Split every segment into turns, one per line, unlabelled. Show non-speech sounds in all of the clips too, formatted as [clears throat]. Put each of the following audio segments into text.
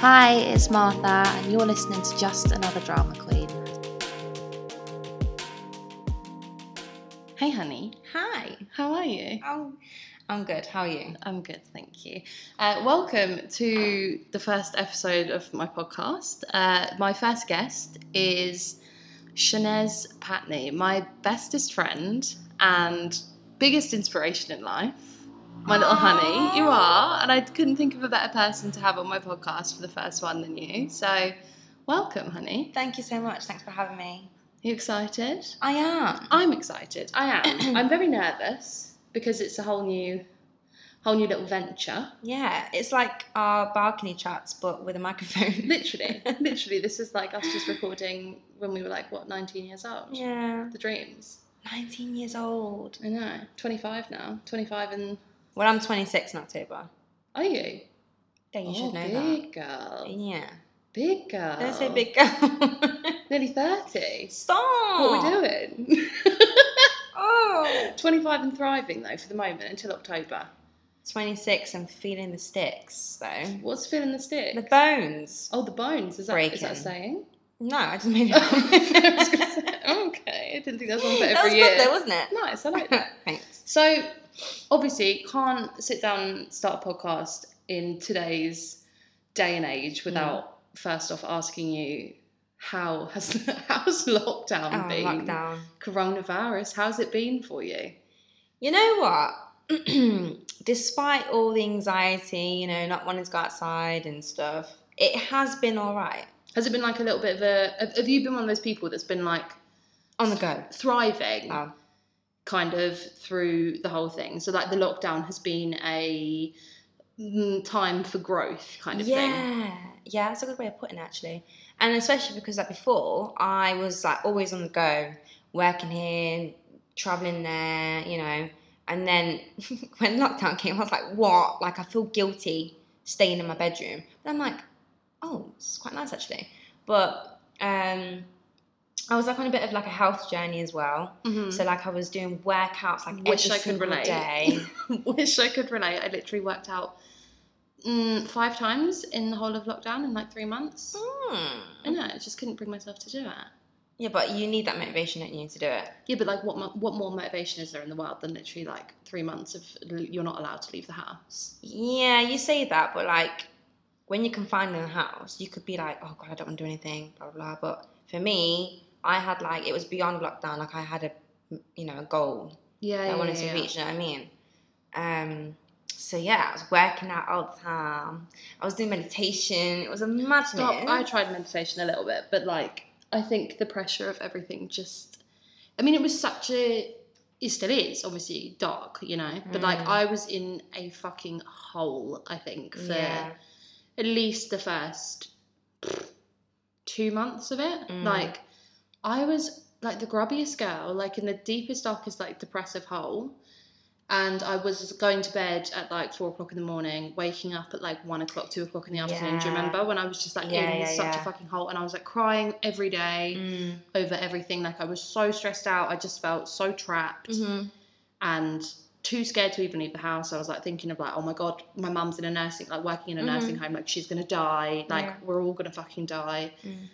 Hi, it's Martha, and you're listening to Just Another Drama Queen. Hey, honey,
Hi.
how are you?
Oh, I'm good. How are you?
I'm good, thank you. Uh, welcome to the first episode of my podcast. Uh, my first guest is Shanez Patney, my bestest friend and biggest inspiration in life. My little honey, you
Ah.
are, and I couldn't think of a better person to have on my podcast for the first one than you. So, welcome, honey.
Thank you so much. Thanks for having me.
you excited?
I am.
I'm excited. I am.
[clears throat]
I'm very nervous because it's a whole new, whole new little
[laughs]
venture.
Yeah, it's like our balcony chats, but with a microphone.
[laughs] Literally, literally, this is like us just recording when we were like what 19 years old.
[laughs] yeah.
The dreams.
19 years old.
I know. 25 now. 25 and
Well, I'm 26 in October.
are you?
Then you
oh,
should know
big
that.
girl.
Yeah.
Big girl.
Don't say big girl.
Nearly 30.
[laughs] Stop.
What are we doing? [laughs]
Oh.
25 and thriving though for the moment until October.
26 and feeling the sticks, though.
What's feeling the stick?
The bones.
oh, the bones. Is that is that a
Breaking.
saying?
No, I just made it up.
[laughs] I was gonna say, okay, I didn't think that's one for every
that was
year.
good, though, wasn't it? [laughs]
nice, I like that.
Thanks.
So, obviously, can't sit down and start a podcast in today's day and
Mm.
age without first off asking you how has [laughs] how's
Oh,
lockdown been?
lockdown.
Coronavirus, how's it been for you?
You know what? [clears throat] Despite all the anxiety, you know, not wanting to go outside and stuff, it has been all right
Has it been like a little bit of a? have- Have you been one of those people that's been like
on the go.
thriving?
Oh.
kind of through the whole thing. So like the lockdown has been a mm, time for growth kind of thing.
yeah, yeah, that's a good way of putting it, actually. And especially because like before, I was like always on the go, working here, traveling there, you know. And then [laughs] when lockdown came, I was like, what? Like I feel guilty staying in my bedroom. But I'm like, oh, it's quite nice actually. But um, I was like on a bit of like a health journey as well.
[laughs] Mhm.
So like I was doing workouts like
Wish
every
I could
single
relate. [laughs]
day.
Wish I could relate. I literally worked out mm, five times in the whole of lockdown in like three months. I
Hmm.
know, I just couldn't bring myself to do it.
Yeah, but you need that motivation, don't you, to do it?
Yeah, but like, what mo- what more motivation is there in the world than literally like three months of l- you're not allowed to leave the house?
Yeah, you say that, but like when you're confined in the house, you could be like, oh god, I don't want to do anything, blah blah. blah. But for me, I had like it was beyond lockdown. Like I had a you know a goal
Yeah,
that
yeah,
I wanted
yeah,
to reach. You know what I mean? Um. So yeah, I was working out all the time. I was doing meditation. It was a madness.
Stop. I tried meditation a little bit, but like, I think the pressure of everything just. I mean, it was such a. It still is, obviously, dark, you know? But like,
Mm.
I was in a fucking hole, I think, for
Yeah.
at least the first two months of it.
Mm.
Like, I was like the grubbiest girl, like in the deepest, darkest, like depressive hole. And I was going to bed at like four o'clock in the morning, waking up at like one o'clock, two o'clock in the afternoon. Do you
Yeah.
remember when I was just like
Yeah,
in
yeah,
such a
yeah.
fucking hole? And I was like crying every day
Mm.
over everything. Like I was so stressed out. I just felt so trapped
Mhm.
and too scared to even leave the house. I was like thinking of like, oh my god, my mum's in a nursing, like working in a
Mhm.
nursing home, like she's gonna die, like
Yeah.
we're all gonna fucking die.
Mm.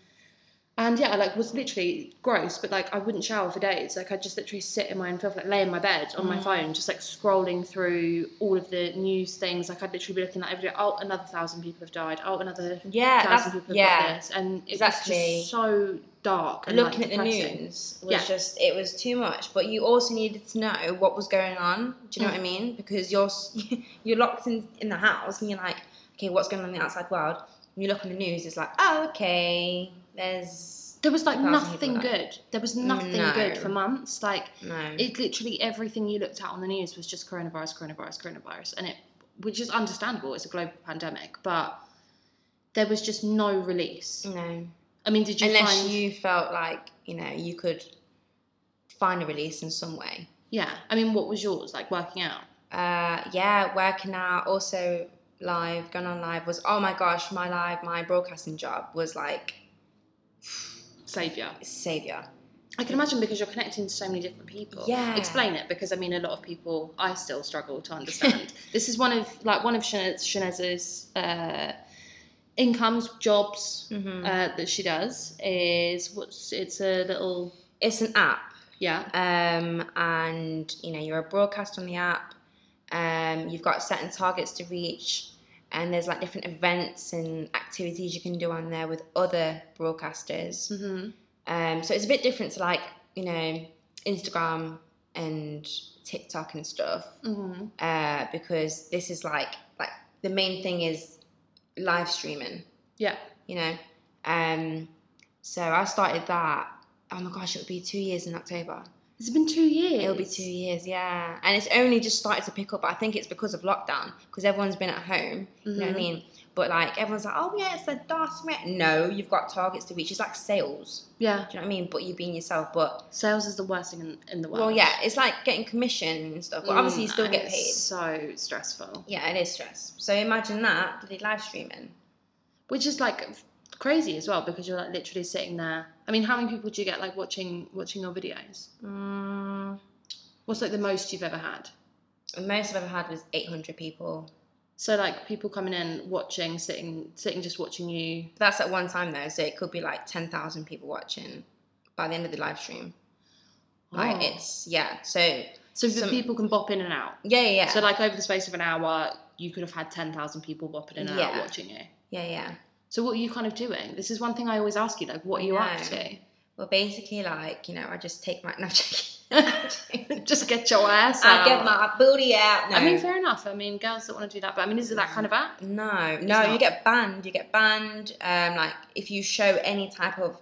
And yeah, I like was literally gross, but like I wouldn't shower for days. Like I'd just literally sit in my own filth, like lay in my bed on my
Mm.
phone, just like scrolling through all of the news things. Like I'd literally be looking at every day, oh another thousand people have died, oh another
Yeah,
thousand
that's
people have got
yeah.
this, and it was
Exactly.
just so dark. And,
Looking
like,
at the
depressing.
news was
Yeah.
just it was too much. But you also needed to know what was going on. Do you know what I
Mm.
mean? Because you're s- [laughs] you're locked in in the house and you're like, okay, what's going on in the outside world? And you look on the news, it's like, oh, okay, there's
There was like
Thousand
nothing
people died.
good. There was nothing
No.
good for months. Like
no.
it literally everything you looked at on the news was just coronavirus, coronavirus, coronavirus, and it, which is understandable. It's a global pandemic, but there was just no release.
no.
I mean, did you
Unless
find?
you felt like you know you could find a release in some way.
Yeah, I mean, what was yours like working out?
uh, yeah, working out, also live, going on live was oh my gosh, my live, my broadcasting job was like
Savior.
savior.
I can imagine because you're connecting to so many different people.
Yeah.
Explain it because I mean a lot of people I still
[laughs]
struggle to understand. this is one of like one of Shane- Shanez's uh, incomes, jobs
hmm
uh, that she does is what's it's a little
it's an app,
yeah
um, and you know you're a broadcast on the app. Um, you've got certain targets to reach, and there's like different events and activities you can do on there with other broadcasters.
hmm
Um, so it's a bit different to like you know Instagram and TikTok and stuff
hmm
uh, because this is like like the main thing is live streaming.
yeah
You know, um, so I started that. Oh my gosh, it'll be two years in October.
it's been two years
It'll be two years, yeah. And it's only just started to pick up. But I think it's because of lockdown because everyone's been at home. You know what I
Mhm.
mean? But like everyone's like, oh yeah, it's a DOS. meh." No, you've got targets to reach. It's like sales.
yeah
Do you know what I mean? But you being yourself. But
sales is the worst thing in, in the world
well, yeah, it's like getting commission and stuff. But obviously, you
Mm,
still
and
get
it's
paid.
so stressful
Yeah, it is stress. So imagine that, but they live streaming.
which is like f- crazy as well because you're like literally sitting there i mean how many people do you get like watching watching your videos
Mm,
what's like the most you've ever had
the most I've ever had was 800 people.
so like people coming in watching sitting sitting just watching you
But that's at one time though, so it could be like 10,000 people watching by the end of the live stream. Like
Oh.
it's, yeah. So, yeah,
so the
some-
people can bop in and out
yeah, yeah.
so like over the space of an hour you could have had 10,000 people bopping in and out
Yeah.
watching you
yeah, yeah.
so what are you kind of doing this is one thing i always ask you like what are you up
No.
to
Well, basically, like, you know, I just take my, [laughs] no, I'm joking.
[laughs] just get your ass out
I get my booty out. No. Mm.
I mean, fair enough. I mean, girls that want to do that, but I mean, is it that kind of app?
No, no, you
not.
get banned. You get banned. Um, like if you show any type of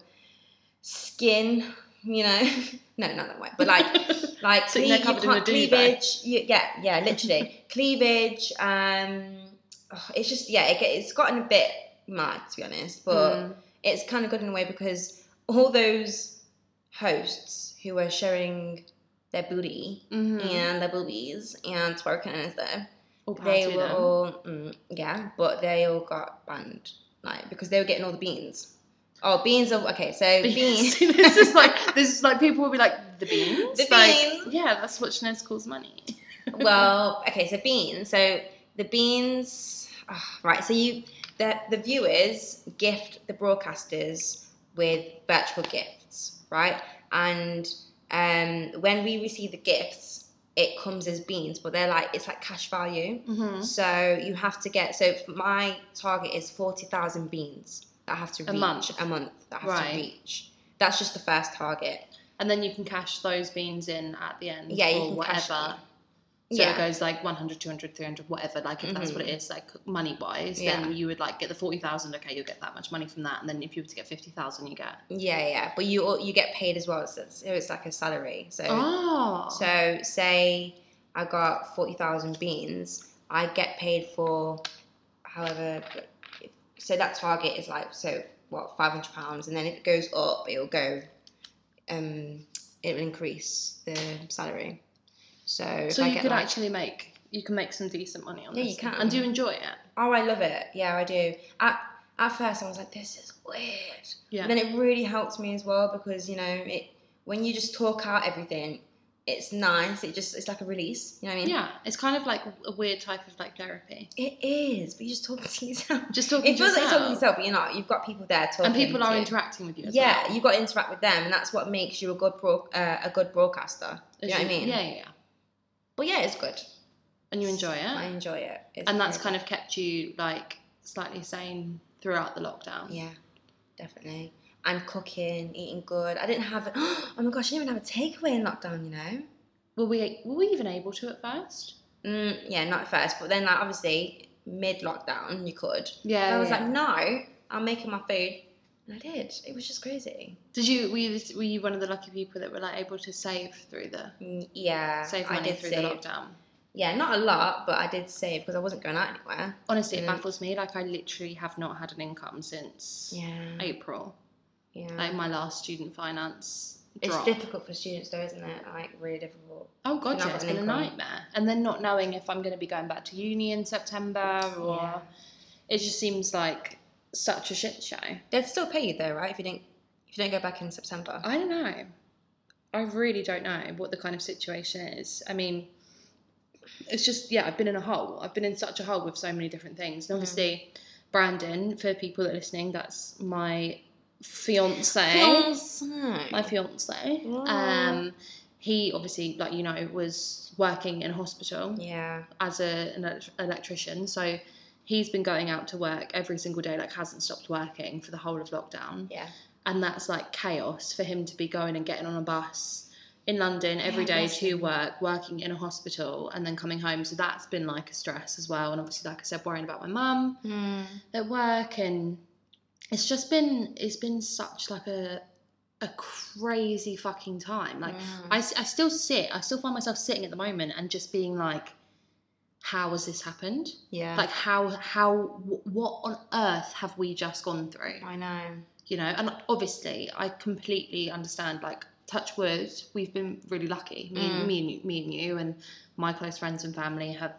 skin, you know, [laughs] no, not that way, but like,
[laughs]
like
Sitting there
cle-
covered in a duvet.
cleavage. You, yeah, yeah, literally [laughs] cleavage. Um, oh, it's just yeah, it, get- it's gotten a bit mad to be honest, but
Mm.
it's kind of good in a way because all those hosts who were showing their booty
Mhm.
and their boobies and twerking and stuff
Or power
they
to
were
them.
all mm, yeah, but they all got banned, like because they were getting all the beans. Oh, beans are okay.
[laughs]
So [laughs] beans,
See, this is like this is like people will be like the beans.
The
Like,
beans.
Yeah, that's what Shanez calls money.
well, okay, so beans. So the beans, ah, right? So you the the viewers gift the broadcasters with virtual gifts, right? And um, when we receive the gifts, it comes as beans, but they're like it's like cash value.
Mm-hmm.
So you have to get. So my target is forty thousand beans that I have to
A
reach
month.
A month that I have
Right.
to reach. That's just the first target.
And then you can cash those beans in at the end.
Yeah, you
or
can
whatever.
cash them.
So it
yeah, Mm-hmm.
goes like 100, 200, 300, whatever. Like if that's what it is, like money wise,
Yeah.
then you would like get the forty thousand. Okay, you'll get that much money from that, and then if you were to get fifty thousand, you get
yeah, yeah. But you al- you get paid as well. So it's, so it's like a salary. So
oh,
so say I got forty thousand beans. I get paid for however. So that target is like so what five hundred pounds, and then if it goes up, it'll go. Um, it will increase the salary. So if
so
I
you
get
could
like,
actually make you can make some decent money on
Yeah,
this.
you can.
And do you enjoy it?
Oh, I love it. Yeah, I do. At, at first, I was like, this is weird.
Yeah.
And then it really helped me as well because, you know, it when you just talk out everything, it's nice. It just, it's like a release. You know what I mean?
yeah, it's kind of like a weird type of like therapy.
It is, but you're just talking [laughs] to yourself.
Just talking
It
to
feels like
yourself.
you're talking to yourself, but you're not. You've got people there talking.
and people are
to you.
interacting with you. As
Yeah,
well.
you've got to interact with them, and that's what makes you a good bro- uh, a good broadcaster. You know
As
what I mean?
Yeah, yeah, yeah.
But yeah, it's good.
And you enjoy
I
it,
enjoy it. It's
and that's kind of kept you like slightly sane throughout the lockdown.
Yeah, definitely. And cooking, eating good. I didn't have. [gasps] Oh my gosh, I didn't even have a takeaway in lockdown. You know.
Were we were we even able to at first?
Mm, yeah, not at first, but then like obviously mid lockdown you could.
Yeah,
And I was
Oh, yeah.
like, no, I'm making my food, and I did. It was just crazy.
Did you were you, were you one of the lucky people that were like able to save through the
Mm, Yeah,
save
I
money
did
through
save.
the lockdown?
Yeah, not a lot, but I did save because I wasn't going out anywhere.
Honestly, it
Mm.
baffles me. Like I literally have not had an income since
Yeah,
April,
yeah.
like my last student finance.
it's
drop.
difficult for students though, isn't it? Like really difficult.
Oh god,
Not
yeah, it's
an
been a
income.
nightmare. And then not knowing if I'm going to be going back to uni in September or
Yeah.
it just seems like such a shit show.
They'd still pay you though, right? If you didn't, if you don't go back in September.
I don't know. I really don't know what the kind of situation is. I mean, it's just yeah, I've been in a hole. I've been in such a hole with so many different things. And obviously, Brandon, for people that are listening, that's my fiance. my
Fiance.
fiance.
Oh.
Um, he obviously, like you know, was working in hospital
Yeah.
as a, an elec- electrician. So he's been going out to work every single day, like hasn't stopped working for the whole of lockdown.
Yeah.
And that's like chaos for him to be going and getting on a bus in London every
Yeah,
day
bless
to
him.
work, working in a hospital, and then coming home. So that's been like a stress as well. And obviously, like I said, worrying about my mum
Mm.
at work and it's just been it's been such like a a crazy fucking time like
Mm.
I, s- I still sit i still find myself sitting at the moment and just being like how has this happened
yeah.
like how how wh- what on earth have we just gone through
I know.
you know and obviously i completely understand like touch wood we've been really lucky me,
Mm.
me, and you, me and you and my close friends and family have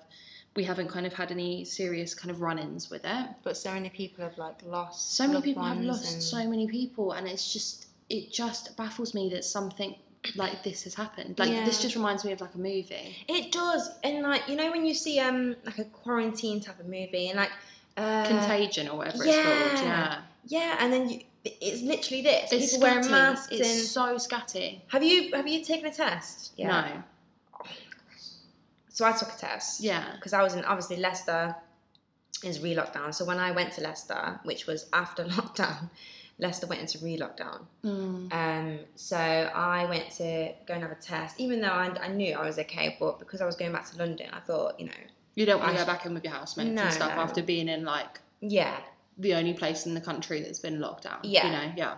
we haven't kind of had any serious kind of run-ins with it
But so many people have like lost.
so many
loved
people have
ones
lost
and-
so many people and it's just it just baffles me that something like this has happened like
Yeah.
this just reminds me of like a movie
It does, and like you know when you see um like a quarantine type of movie and like uh,
contagion or whatever it's called yeah
yeah. yeah, and then you, it's literally this
it's
people wearing
scatty.
masks
it's
and
so scatty
have you have you taken a test?
no
So I took a test.
yeah
because I was in obviously Leicester is re lockdown. So when I went to Leicester, which was after [laughs] lockdown, Leicester went into re lockdown.
Mm.
Um, so I went to go and have a test, even though I, I knew I was okay, but because I was going back to London, I thought, you know,
you don't want
I-
to go back in with your housemates
No,
and stuff
no.
after being in like
yeah.
the only place in the country that's been locked down
Yeah.
you know yeah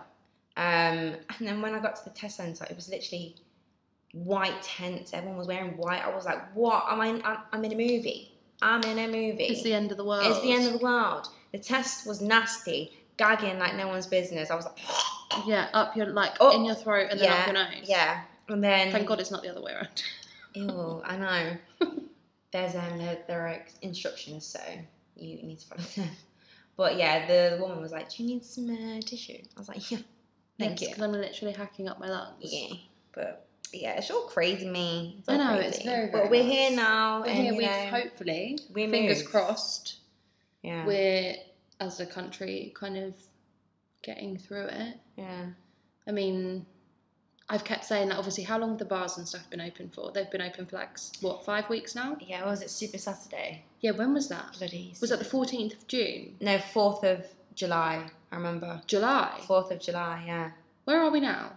Um, and then when I got to the test centre, it was literally white tents. Everyone was wearing white. I was like, what? Am I? I'm, I'm in a movie. I'm in a movie.
it's the end of the world
It's the end of the world. The test was nasty, gagging like no one's business. I was like,
yeah up your like
Oh,
in your throat and then up
yeah,
your nose
yeah. And then,
thank god it's not the other way around
ew, I know. [laughs] There's um, there, there are instructions, so you need to follow [laughs] them. But yeah, the, the woman was like, "Do you need some uh, tissue?" I was like, "Yeah, thank
because i'm literally hacking up my lungs
you." Yeah, but yeah, it's all crazy, me. It's
I
all
know,
crazy.
it's very, very
But we're
nuts.
here now,
But
and
here
you
we've
know,
hopefully,
we
fingers
move.
crossed,
Yeah,
we're as a country kind of getting through it.
yeah.
I mean, I've kept saying that obviously, how long have the bars and stuff been open for? They've been open for like, s- what, five weeks now?
Yeah, what was it Super Saturday?
Yeah, when was that?
Bloody.
Was that the 14th of June?
No, fourth of July. I remember.
July?
Fourth of July. Yeah.
Where are we now?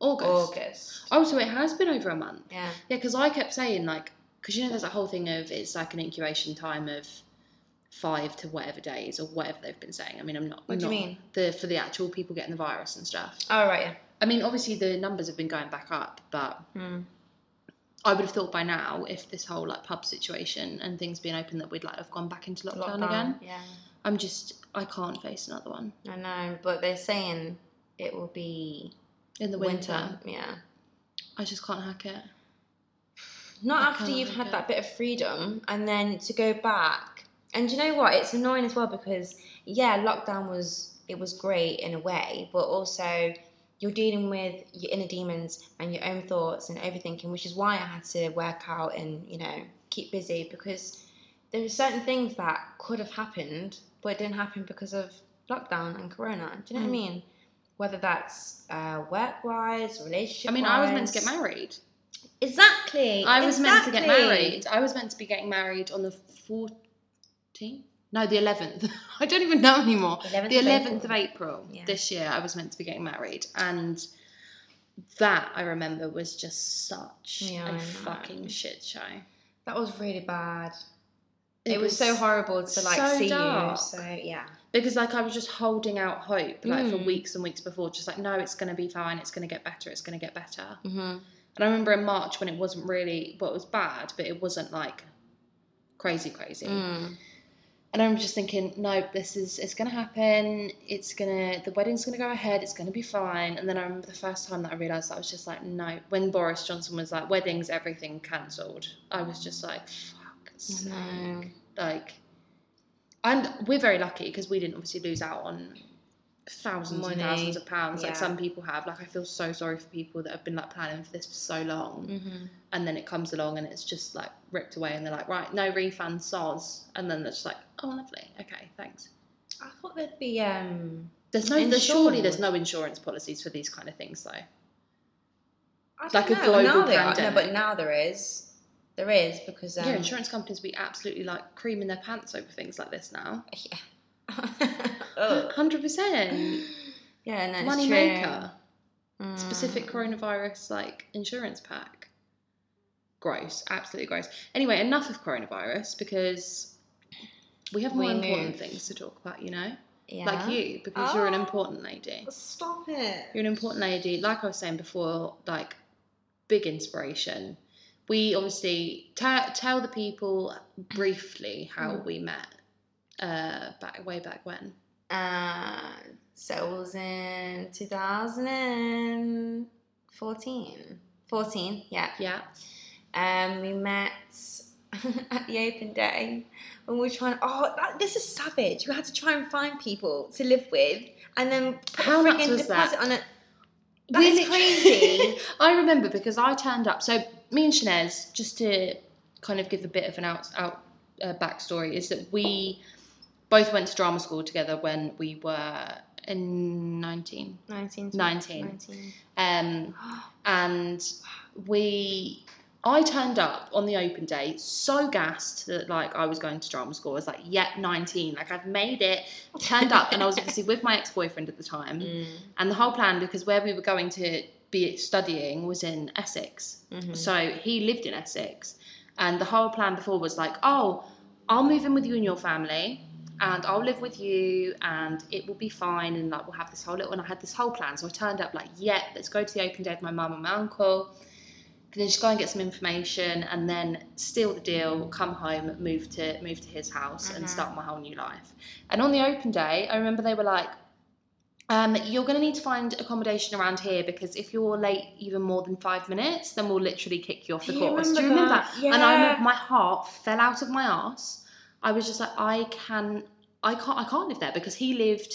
August.
August.
Oh, so it has been over a month.
Yeah.
Yeah, because I kept saying, like, because you know, there's that whole thing of it's like an incubation time of five to whatever days or whatever they've been saying. I mean, I'm not.
What do you
not-
mean?
the for the actual people getting the virus and stuff.
Oh right.
I mean, obviously the numbers have been going back up, but
Yeah. Mm.
I would have thought by now, if this whole like pub situation and things being open, that we'd like have gone back into lockdown, again.
Yeah.
I'm just I can't face another one
I know, but they're saying it will be
in the winter.
Yeah.
I just can't hack it.
Not
I
after
can't
you've
like
had
it.
that bit of freedom and then to go back. And do you know what? It's annoying as well because yeah, lockdown was it was great in a way, but also you're dealing with your inner demons and your own thoughts and overthinking, which is why I had to work out and, you know, keep busy because there were certain things that could have happened, but it didn't happen because of lockdown and corona. Do you know what I
Mm.
mean? Whether that's uh, work wise, relationship.
I mean, I was meant to get married.
Exactly.
I was meant to get
exactly.
married. I was meant to be getting married on the 14th. No, the 11th. [laughs] I don't even know anymore.
11th
the
of
11th of
April.
April
Yeah.
this year I was meant to be getting married and that I remember was just such
Yeah, I
a
know.
fucking shit show.
That was really bad. It, was, so horrible to like
so
see
dark.
you. So yeah.
because like I was just holding out hope like for
Mm.
weeks and weeks before just like no it's going to be fine it's going to get better it's going to get better.
Mm-hmm.
And I remember in March when it wasn't really well it was bad but it wasn't like crazy crazy. And I'm just thinking, no, this is it's gonna happen. It's gonna the wedding's gonna go ahead. It's gonna be fine. And then I remember the first time that I realised that I was just like, no. When Boris Johnson was like, weddings, everything cancelled. I was just like, fuck. sake."
No.
Like, and we're very lucky because we didn't obviously lose out on thousands
Money.
and thousands of pounds like
Yeah.
some people have. Like, I feel so sorry for people that have been like planning for this for so long
Mm-hmm.
and then it comes along and it's just like ripped away and they're like right no refund soz and then they're just like oh lovely okay thanks
I thought there'd be um.
There's no, there's, surely
Insurance.
there's no insurance policies for these kind of things, though.
I
Like
don't
a
know.
global
now there are-
pandemic.
No, but now there is. There is because um,
yeah,
[laughs]
insurance companies be absolutely like creaming their pants over things like this now.
Yeah.
[gasps] Hundred
[gasps]
percent.
Yeah, no, it's
Money
true.
maker. Specific
Mm.
coronavirus like insurance pack. Gross. Absolutely gross. Anyway, enough of coronavirus because we have more
We
important
move.
things to talk about, you know?
Mm. Yeah.
Like you, because you're an
Oh.
important lady.
Stop it.
You're an important lady. Like I was saying before, like big inspiration. We obviously ta tell the people briefly how
Mm.
we met, uh, back way back when.
Uh, so it was in 2014. 14, yeah.
Yeah,
Um, we met [laughs] at the open day when we were trying. Oh, that, this is savage. We had to try and find people to live with, and then put
How
a
nuts
friggin'
was that?
deposit on it. That is crazy.
[laughs] I remember because I turned up. So me and Shanez, just to kind of give a bit of an out out uh, backstory, is that we both went to drama school together when we were in 19,
19.
19.
19.
Um, and we I turned up on the open day so gassed that like I was going to drama school. I was like, yep, 19, like I've made it. Turned up and I was obviously with my ex-boyfriend at the time.
Mm.
And the whole plan because where we were going to be studying was in Essex.
Mhm.
So he lived in Essex. And the whole plan before was like, oh, I'll move in with you and your family and I'll live with you and it will be fine and like we'll have this whole little and I had this whole plan. So I turned up like, yeah, let's go to the open day with my mum and my uncle. Then just go and get some information and then steal the deal, come home, move to move to his house and
Mhm.
start my whole new life. And on the open day, I remember they were like, um, you're going to need to find accommodation around here because if you're late even more than five minutes, then we'll literally kick you off the
Do you
course. Do you
remember
remember that?
that?
And I
Yeah.
remember my heart fell out of my ass. I was just like, I can, I can't, I can't live there because he lived.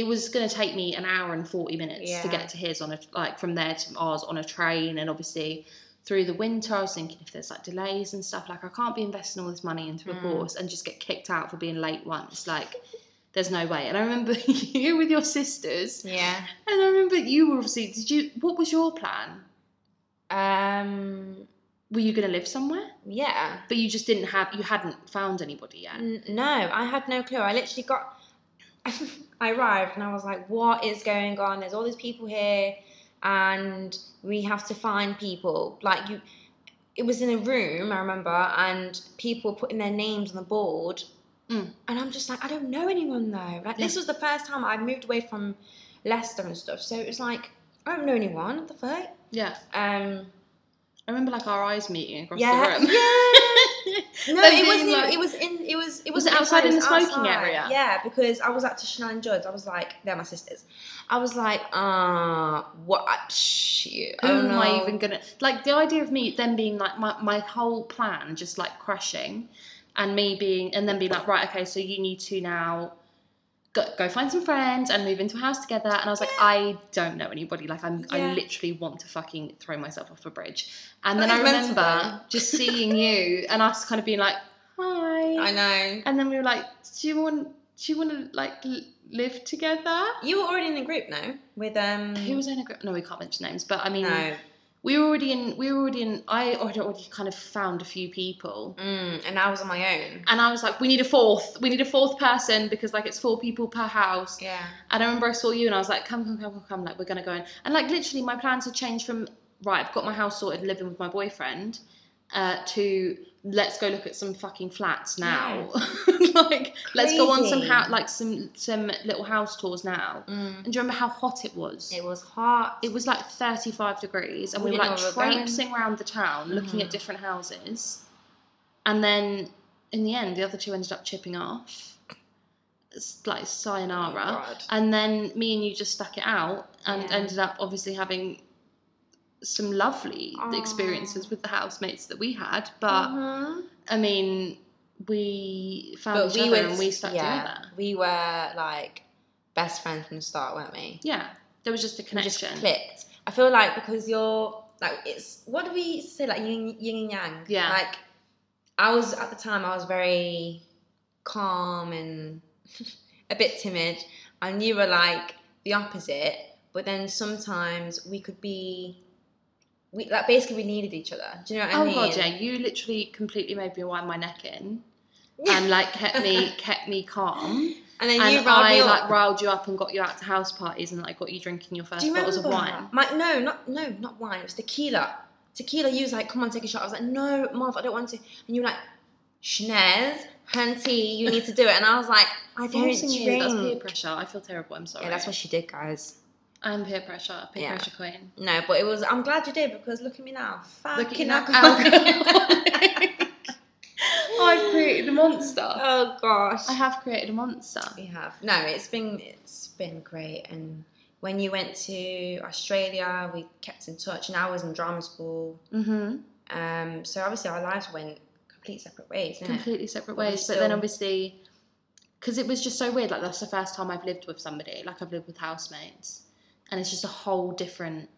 It was going to take me an hour and forty minutes to
Yeah.
get to his on a like from there to ours on a train, and obviously through the winter, I was thinking if there's like delays and stuff, like I can't be investing all this money into a
Mm.
course and just get kicked out for being late once, like. There's no way. And I remember [laughs] you with your sisters
Yeah.
and I remember you were obviously. Did you? What was your plan?
Um,
Were you going to live somewhere?
yeah.
But you just didn't have. You hadn't found anybody yet.
N- No, I had no clue. I literally got. [laughs] I arrived and I was like, what is going on? There's all these people here, and we have to find people. Like, you. It was in a room, I remember, and people were putting their names on the board.
Mm.
And I'm just like, I don't know anyone though. Like, this was the first time I moved away from Leicester and stuff. So it was like, I don't know anyone. What the fuck?
Yeah,
Um,
I remember like our eyes meeting across [laughs]
yeah,
the room.
yeah. No,
Them
it
being
wasn't.
like-
even, it was in. It was. It
Was
was,
it outside in the smoking
outside.
area?
Yeah, because I was at Chanel and Judd's. I was like, they're my sisters. I was like, ah, what? Shit.
Who
oh,
am
no.
I even gonna like? The idea of me then being like my my whole plan just like crashing, and me being and then being like right okay so you need to now. Go, go find some friends and move into a house together. And I was like, I don't know anybody. Like, I'm, I
Yeah.
literally want to fucking throw myself off a bridge. And
That
then I
is mental,
remember
though.
just [laughs] seeing you and us kind of being like, hi.
I know.
And then we were like, "Do you want? Do you want to like l- live together?"
You were already in a group now with um.
Who was in a group? No, we can't mention names, but I mean,
no?
we were already in. We were already in. I already, already kind of found a few people,
Mm, and I was on my own.
and I was like, "We need a fourth. We need a fourth person because like it's four people per house."
Yeah.
And I remember I saw you, and I was like, "Come, come, come, come, come!" Like we're gonna go in, and like literally, my plans had changed from right. I've got my house sorted, living with my boyfriend, uh, to let's go look at some fucking flats now. [laughs] like let's go on some
Crazy.
ha- like some some little house tours now.
Mm.
And do you remember how hot it was?
It was hot.
It was like 35 degrees, and we,
We
were
didn't
like
know where we were
traipsing around the town, looking at
Mhm.
different houses. And then, in the end, the other two ended up chipping off, It's like
Oh,
sayonara.
God.
And then me and you just stuck it out and
Yeah.
ended up obviously having some lovely
Aw.
experiences with the housemates that we had. But
Mhm.
I mean, we found
But
each
we
other
were-
and we stuck
yeah.
together.
we were like best friends from the start, weren't we?
Yeah, there was just a
we just
connection.
clicked. I feel like because you're like it's what do we say like yin, yin and yang?
Yeah.
Like I was at the time I was very calm and [laughs] a bit timid, and you were like the opposite. But then sometimes we could be, we like basically we needed each other. Do you know what I
oh
mean?
god, yeah, you literally completely made me wind my neck in
[laughs]
and like kept me kept me calm.
And then
And
you riled
I
me
like
up.
riled you up and got you out to house parties and like got you drinking your first
Do you
bottles of
remember?
wine.
My, no, not no, not wine. It was tequila. Tequila. You was like, come on, take a shot. I was like, no, Marv, I don't want to. And you were like, Schnez, Hunty, you need to do it. And I was like, I don't
Forcing
drink.
you, that's peer pressure. I feel terrible. I'm sorry.
yeah, that's what she did, guys.
I'm peer pressure. Peer
Yeah.
pressure queen.
No, but it was. I'm glad you did because look at me now.
Look at you
Fucking
now,
[laughs] alcoholic.
alcoholic. I've [laughs] created a monster.
oh gosh.
I have created a monster.
We have. No, it's been it's been great. And when you went to Australia, we kept in touch. And I was in drama school.
Mm-hmm.
Um, so obviously our lives went complete separate ways. didn't it?
Completely separate
But we
ways. But then
still-
obviously, because it was just so weird. Like that's the first time I've lived with somebody. Like I've lived with housemates, and it's just a whole different.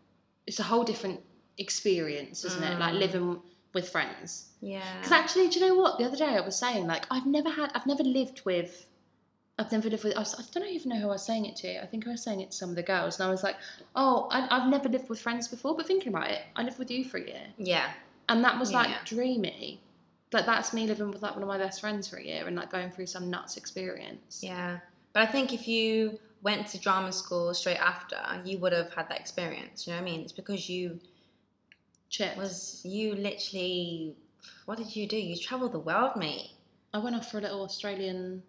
It's a whole different experience, isn't it? Like
Mm.
living with friends.
Yeah.
Because actually, do you know what? The other day I was saying, like, I've never had, I've never lived with, I've never lived with, I, was, I don't even know who I was saying it to. I think I was saying it to some of the girls, and I was like, oh, I, I've never lived with friends before, but thinking about it, I lived with you for a year.
yeah.
And that was
Yeah.
like dreamy. Like, that's me living with like one of my best friends for a year and like going through some nuts experience.
Yeah. But I think if you went to drama school straight after, you would have had that experience. You know what I mean? It's because you
Chips.
was you literally what did you do? You traveled the world, mate.
I went off for a little Australian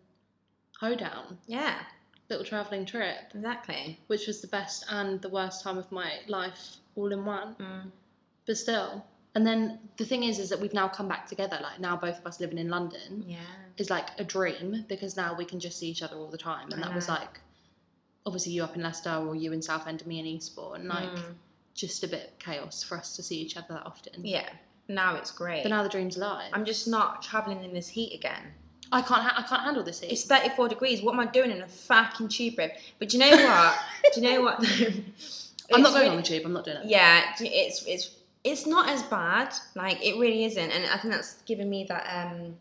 hoedown,
Yeah,
little travelling trip,
exactly.
which was the best and the worst time of my life all in one.
Mm.
but still. And then the thing is, is that we've now come back together. Like now, both of us living in London
Yeah.
is like a dream because now we can just see each other all the time. And
I
that was
know.
like, obviously, you up in Leicester or you in Southend and me in Eastbourne,
Mm.
like just a bit chaos for us to see each other that often.
Yeah. Now it's great.
But now the dream's alive. I'm,
I'm just not traveling in this heat again.
I can't. Ha- I can't handle this heat.
It's 34 degrees. What am I doing in a fucking tube rib? But do you know what? do you know what? [laughs]
I'm not
It's
going
really-
on the tube. I'm not doing it.
Yeah, d- it's it's it's not as bad. Like it really isn't, and I think that's given me that um,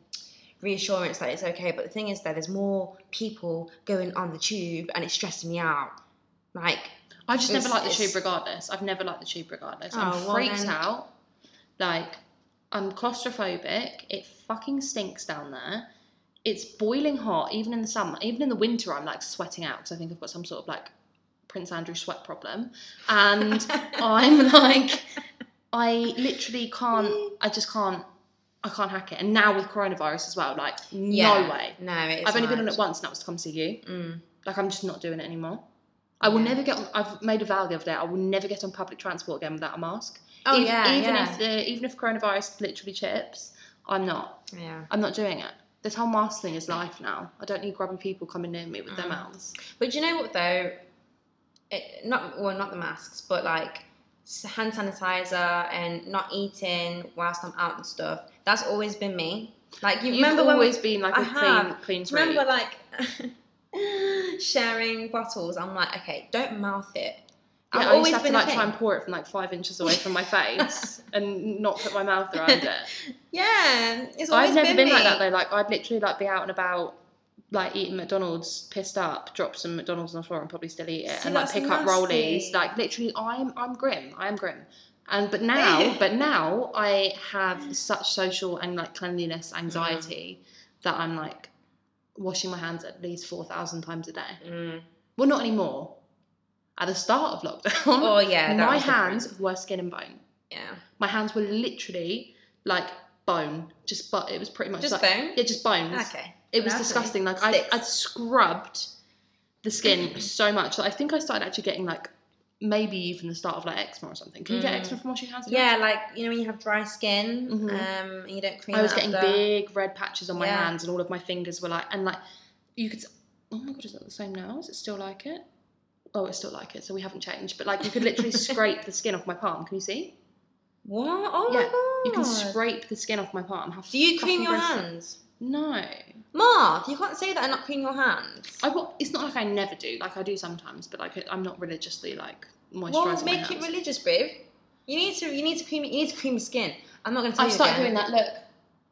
reassurance that it's okay. But the thing is, that there's more people going on the tube, and it's stressing me out. Like [laughs]
I just never
It's-
liked the
it's-
tube regardless. I've never liked the tube regardless.
Oh,
I'm
well
freaked
then.
out. Like, I'm claustrophobic. It fucking stinks down there. It's boiling hot, even in the summer. Even in the winter, I'm like sweating out because I think I've got some sort of like Prince Andrew sweat problem. And
[laughs]
I'm like, I literally can't, I just can't, I can't hack it. And now with coronavirus as well, like,
Yeah.
no way.
no, it's
I've only been on it
not.
once and that was to come see you.
Mm.
Like I'm just not doing it anymore. I will
Yeah.
never get on. I've made a vow the other day. I will never get on public transport again without a mask.
Oh
even,
yeah,
even
yeah.
if the, even if coronavirus literally chips, I'm not.
yeah.
I'm not doing it. This whole mask thing is life now. I don't need grubby people coming near me with their
Mm.
mouths.
But you know what though? It, not well, not the masks, but like s- hand sanitizer and not eating whilst I'm out and stuff. That's always been me. Like you
You've
remember when we
always been like a
I have.
clean, clean
Do you remember
freak.
like [laughs] sharing bottles? I'm like, okay, don't mouth it.
Yeah,
I've
I used
always
to have to
been
like
a
try and
thing.
pour it from like five inches away from my face and not put my mouth around
[laughs]
it.
Yeah, it's always
I've never been, like
me.
that though. Like I'd literally like be out and about, like eating McDonald's, pissed up, drop some McDonald's on the floor and probably still eat it,
See,
and like
that's
pick up rollies.
nasty.
Like literally, I'm I'm grim. I am grim. And
[laughs]
but now, but now I have such social and like cleanliness anxiety
Mm.
that I'm like washing my hands at least four thousand times a day.
Mm.
Well, not anymore. At the start of lockdown,
Oh yeah, that
my
was different.
hands were skin and bone.
Yeah,
My hands were literally like bone, just but it was pretty much
just
like,
bone.
yeah, just bones.
Okay.
It was
Lovely.
disgusting. Like I,
Sticks.
I'd scrubbed the
[clears throat]
skin so much that I think I started actually getting like maybe even the start of like eczema or something. Can you get
Mm.
eczema from washing your hands?
Yeah, like you know when you have dry skin,
Mhm.
um, and you don't clean.
I was
it
getting
after.
big red patches on my
Yeah.
hands, and all of my fingers were like, and like you could. s- Oh my god, is that the same now? Is it still like it? Oh, it's still like it. So we haven't changed, but like you could
[laughs]
literally scrape the skin off my palm. Can you see?
What? Oh
Yeah,
my
You
god!
can scrape the skin off my palm. How
Do you clean
fucking
your
gross-
hands?
No.
Mark, you can't say that and not clean your hands.
I wa- it's not like I never do. Like I do sometimes, but like I- I'm not religiously like moisturising
Well,
my
make it
hands.
religious, brave. You need to, you need to cream, you need to cream your skin. I'm not going to tell
I've
you
started
again.
doing that. Look,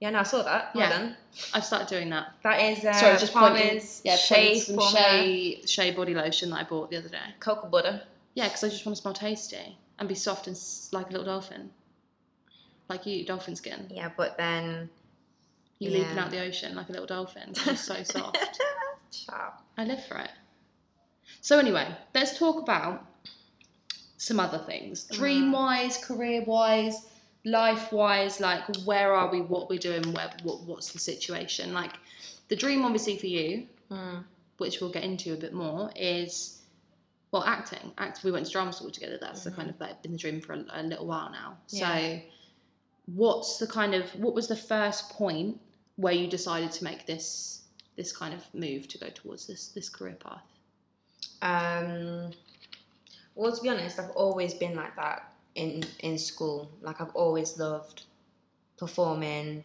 Yeah, no, I saw that. Well
Yeah.
done.
I've started doing that.
That is uh,
Sorry, just pointing.
Palmer's
Yeah,
Shea
Shea some
formula,
Shea Shea body lotion that I bought the other day.
cocoa butter.
Yeah, because I just want to smell tasty and be soft and s- like a little dolphin, like you, dolphin skin.
Yeah, but then
You
Yeah.
leaping out the ocean like a little dolphin. 'cause It's so soft.
Sharp.
I live for it. So anyway, let's talk about some other things. Dream wise, career wise, life wise, like where are we, what we're doing, where what what's the situation? Like the dream obviously for you,
Mm.
which we'll get into a bit more, is well acting. Act we went to drama school together, that's the kind of like been the dream for a, a little while now.
Mm-hmm. Yeah.
So what's the kind of what was the first point where you decided to make this this kind of move to go towards this this career path?
Um, well, to be honest, I've always been like that in in school. Like I've always loved performing.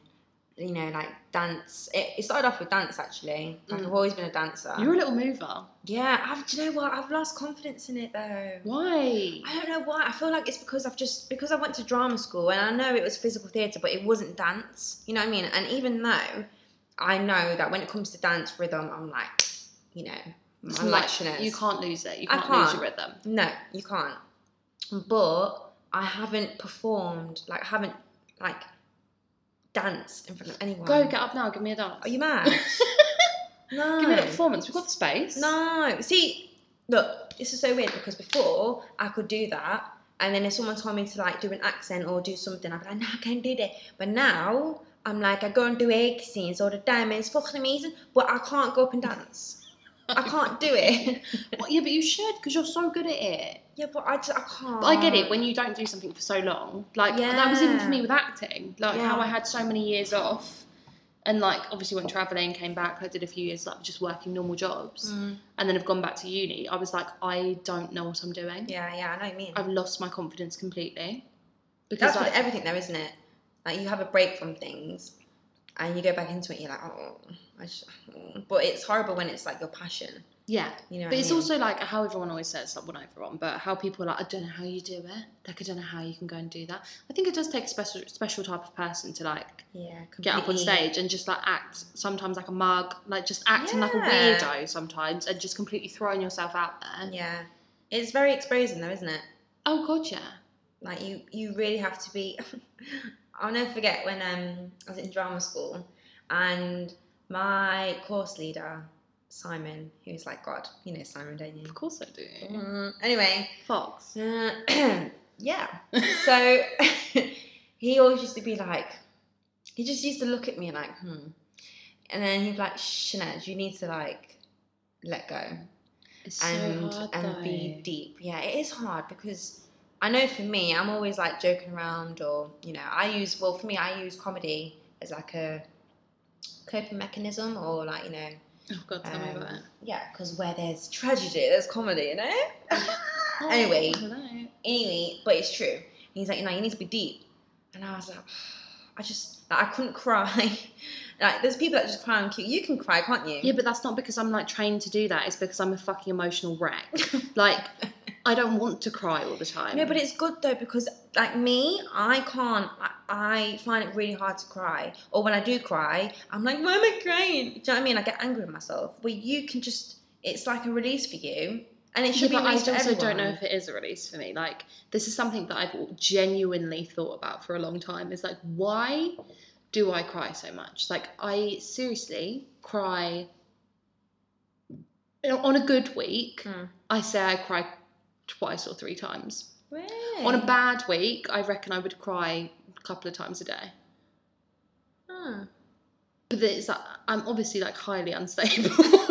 You know, like dance. It, it started off with dance actually. Like
Mm.
I've always been a dancer.
You're a little mover.
yeah, I've, do you know what? I've lost confidence in it though.
Why?
I don't know why. I feel like it's because I've just because I went to drama school and I know it was physical theatre, but it wasn't dance. You know what I mean? And even though I know that when it comes to dance rhythm, I'm like, you know,
It's
I'm
not-
like Sinead.
You can't lose it. You
I
can't, lose
can't.
your rhythm.
No, you can't. But I haven't performed like I haven't like danced in front of anyone.
Go get up now. Give me a dance.
Are you mad?
[laughs]
no.
Give me a little performance. We've got the space.
No. See, look, this is so weird because before I could do that, and then if someone told me to like do an accent or do something, I'd be like, no, I can't do that. But now I'm like, I go and do egg scenes all the time, and it's fucking amazing, but I can't go up and dance. I can't do it. [laughs]
Well, yeah, but you should because you're so good at it.
yeah, but I just, I can't.
But I get
Um,
it when you don't do something for so long. Like that was even for me with acting. Like
Yeah.
how I had so many years off, and like obviously went traveling, came back. I did a few years like just working normal jobs,
Mm,
and then I've gone back to uni. I was like, I don't know what I'm doing.
yeah, yeah, I know what you mean.
I've lost my confidence completely. Because
That's
like,
with everything, though, isn't it? Like you have a break from things, and you go back into it. You're like, oh, I sh oh." but it's horrible when it's like your passion.
yeah,
You know. what
But
I
it's
mean?
also like how everyone always says, like, well, not everyone, but how people are like, I don't know how you do it. Like, I don't know how you can go and do that. I think it does take a special, special type of person to like
yeah.
get up on
completely.
stage and just like act sometimes like a mug, like just acting like a
Yeah.
weirdo sometimes and just completely throwing yourself out there.
Yeah, it's very exposing, though, isn't it?
Oh, God, yeah.
Like you, you really have to be. [laughs] I'll never forget when um, I was in drama school, and my course leader Simon, who's like God, you know Simon, don't you?
Of course I do.
Mm, Anyway, [clears throat]
Fox.
Uh,
[laughs]
yeah. So [laughs] he always used to be like, he just used to look at me like, hmm. And then he'd be like, Shanaj, you need to like let go
It's so
and
hard,
and
though.
be deep. Yeah, it is hard because I know for me, I'm always like joking around or you know, I use well for me, I use comedy as like a coping mechanism or like you know,
Oh, God, tell me
um,
about it.
yeah, because where there's tragedy, there's comedy, you know.
Oh,
[laughs] anyway.
hello.
anyway, but it's true. And he's like, you know, you need to be deep. And I was like, [sighs] I just, like, I couldn't [laughs] cry. like, there's people that just cry on cue. You can cry, can't you?
Yeah, but that's not because I'm like trained to do that. It's because I'm a fucking emotional wreck.
[laughs]
like, I don't want to cry all the time.
No, but it's good though because, like me, I can't. I, I find it really hard to cry. Or when I do cry, I'm like, why am I crying? Do you know what I mean? I get angry with myself. Where you can just, it's like a release for you, and it
Yeah,
should
but
be
I
released
also
for
don't know
everyone.
if it is a release for me. Like, this is something that I've genuinely thought about for a long time. Is like, why do I cry so much? Like, I seriously cry. you know, on a good week,
Hmm.
I say I cry twice or three times.
Really?
On a bad week, I reckon I would cry a couple of times a day.
Hmm.
But it's like, I'm obviously like highly [laughs] unstable.
[laughs]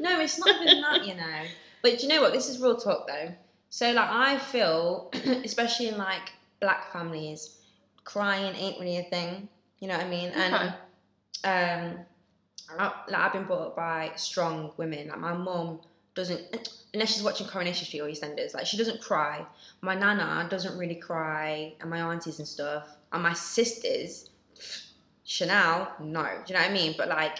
No, it's not even that, you know. But do you know what? This is real talk though. So like I feel, [clears throat] especially in like black families, crying ain't really a thing. You know what I mean? And um, I, like I've been brought up by strong women. Like my mum doesn't, [clears throat] unless she's watching Coronation Street or EastEnders, like she doesn't cry. My nana doesn't really cry, and my aunties and stuff, and my sisters, [sniffs] Chanel, no. Do you know what I mean? But like,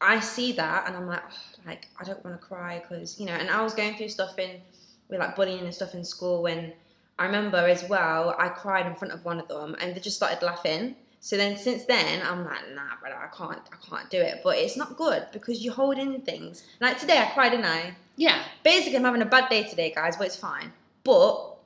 I see that, and I'm like, "Oh, like I don't want to cry because you know. And I was going through stuff in with like bullying and stuff in school when. I remember as well, I cried in front of one of them and they just started laughing. So then since then I'm like, nah, brother, I can't I can't do it. But it's not good because you hold in things. Like today I cried, didn't I?
Yeah.
Basically I'm having a bad day today, guys, but it's fine. But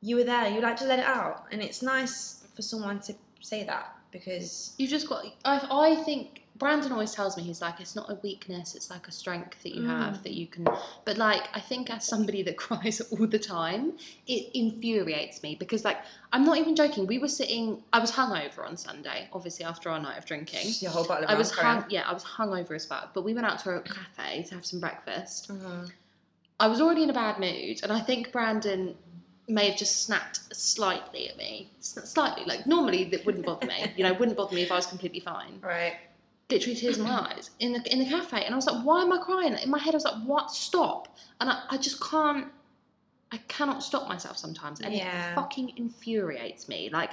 you were there, you like to let it out. And it's nice for someone to say that because
You've just got. I, I think Brandon always tells me he's like, it's not a weakness, it's like a strength that you have that you can. But like, I think as somebody that [laughs] cries all the time, it infuriates me because like, I'm not even joking. We were sitting. I was hungover on Sunday, obviously after our night of drinking.
your whole bottle of
I was
mascara.
hung. Yeah, I was hungover as fuck. But we went out to a cafe to have some breakfast.
Mhm.
I was already in a bad mood, and I think Brandon may have just snapped slightly at me. S- Slightly, like normally that wouldn't bother me. You know, wouldn't bother me if I was completely fine.
Right.
Literally tears in my eyes in the in the cafe, and I was like, why am I crying? In my head, I was like, what? Stop! And I, I just can't. I cannot stop myself sometimes, and
Yeah.
it fucking infuriates me. Like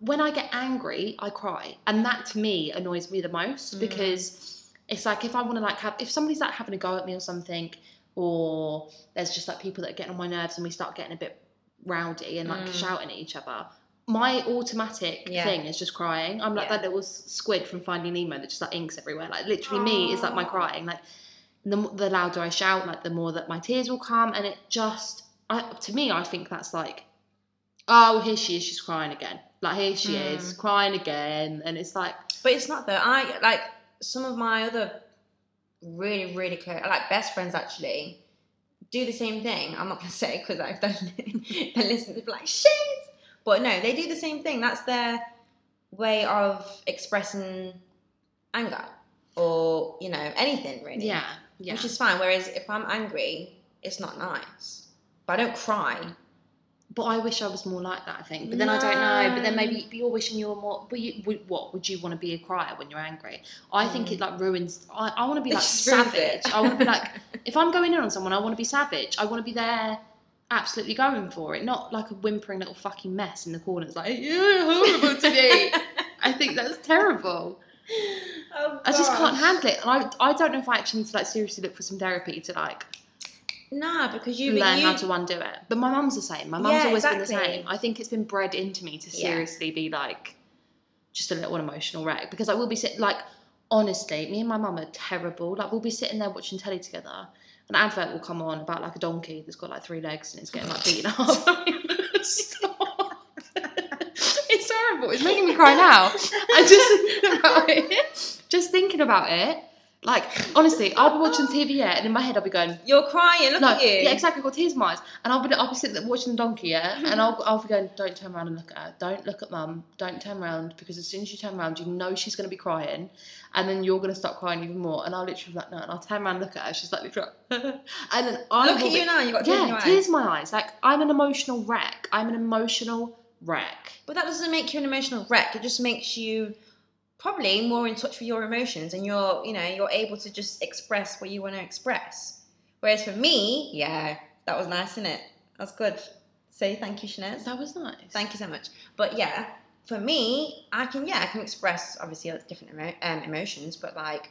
when I get angry, I cry, and that to me annoys me the most
Mm.
because it's like if I want to like have if somebody's like having a go at me or something, or there's just like people that are getting on my nerves, and we start getting a bit rowdy and like
Mm.
shouting at each other. My automatic
Yeah.
thing is just crying. I'm like
Yeah.
that little s- squid from Finding Nemo that just like inks everywhere. Like literally, me is like my
Aw.
crying. Like the m- the louder I shout, like the more that my tears will come, and it just I, to me, I think that's like, oh, here she is, she's crying again. Like here she
Mm.
is crying again, and it's like,
But it's not though. I like some of my other really, really close, like best friends actually, do the same thing. I'm not gonna [laughs] say because I've done it. [laughs] they listen to be like shit, but no, they do the same thing. That's their way of expressing anger or you know anything really.
yeah, yeah,
which is fine. Whereas if I'm angry, it's not nice. But I don't cry.
But I wish I was more like that. I think, but then I don't know. But then
No.
maybe you're wishing you were more. But you, would, what would you want to be a crier when you're angry? I think
Mm.
it like ruins. I, I want to be
It
like
just ruins
savage.
it.
I want to be like if I'm going in on someone, I want to be savage. I want to be there, absolutely going for it, not like a whimpering little fucking mess in the corner. It's like you're horrible today. I think that's terrible.
[laughs] Oh,
I just can't
gosh.
handle it, and I, I don't know if I actually need to like seriously look for some therapy to like
Nah, because you
learn
you,
how to undo it. But my mum's the same. My mum's
Yeah,
always been the
exactly.
same. I think it's been bred into me to
Yeah.
seriously be like just a little emotional wreck because I will be sitting like honestly, me and my mum are terrible. Like we'll be sitting there watching telly together. An advert will come on about like a donkey that's got like three legs and it's getting like beaten [laughs] up. Stop. it's horrible. It's making me cry
[laughs]
now. I just [laughs] thinking about it. Just thinking about it. Like honestly, I'll be watching TV yeah, and in my head I'll be going,
You're crying.
[laughs]
Look
no,
at you. Mm-hmm.
yeah, exactly. I've got tears in my eyes, and I'll be, I'll be sitting there watching the donkey, yeah, and I'll, I'll be going, don't turn around and look at her, don't look at mum, don't turn around, because as soon as you turn around, you know she's going to be crying, and then you're going to start crying even more, and I'll literally be like, no, and I'll turn around and look at her, she's like, literally [laughs] like, and then I
Look
will
at
be-
you now. You got tears in your
yeah,
eyes.
tears in my eyes, like I'm an emotional wreck, I'm an emotional wreck.
But that doesn't make you an emotional wreck. It just makes you probably more in touch with your emotions, and you're you know you're able to just express what you want to express. Whereas for me, yeah, that was nice, isn't it? That's good. Say thank you, Shanez.
That was nice.
Thank you so much. But yeah, for me, I can yeah I can express obviously lots of different emo- um, emotions, but like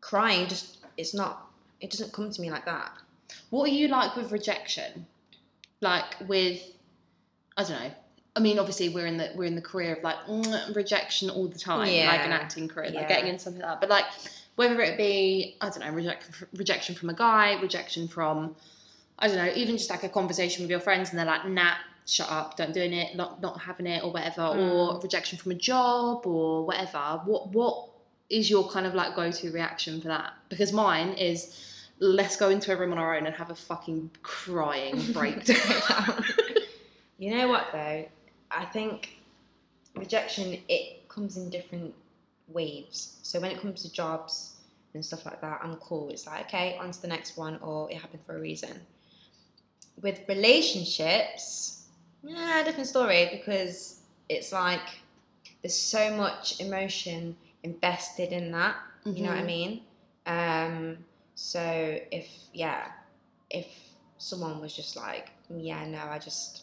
crying just it's not it doesn't come to me like that.
What are you like with rejection? Like with, I don't know. I mean, obviously we're in the we're in the career of like mm, rejection all the time, like an
Yeah.
acting career, like
Yeah.
getting into something like that. But like whether it be I don't know rejection rejection from a guy, rejection from I don't know, even just like a conversation with your friends and they're like, nah, shut up, don't doing it, not not having it or whatever,
Mm.
or rejection from a job or whatever. What what is your kind of like go to reaction for that? Because mine is let's go into a room on our own and have a fucking crying [laughs]
[laughs]
breakdown.
You know what though? I think rejection it comes in different waves. So when it comes to jobs and stuff like that, I'm cool. It's like okay, on to the next one, or it happened for a reason. With relationships, yeah, different story because it's like there's so much emotion invested in that. You
[laughs] Mm-hmm.
know what I mean? Um, so if yeah, if someone was just like, yeah, no, I just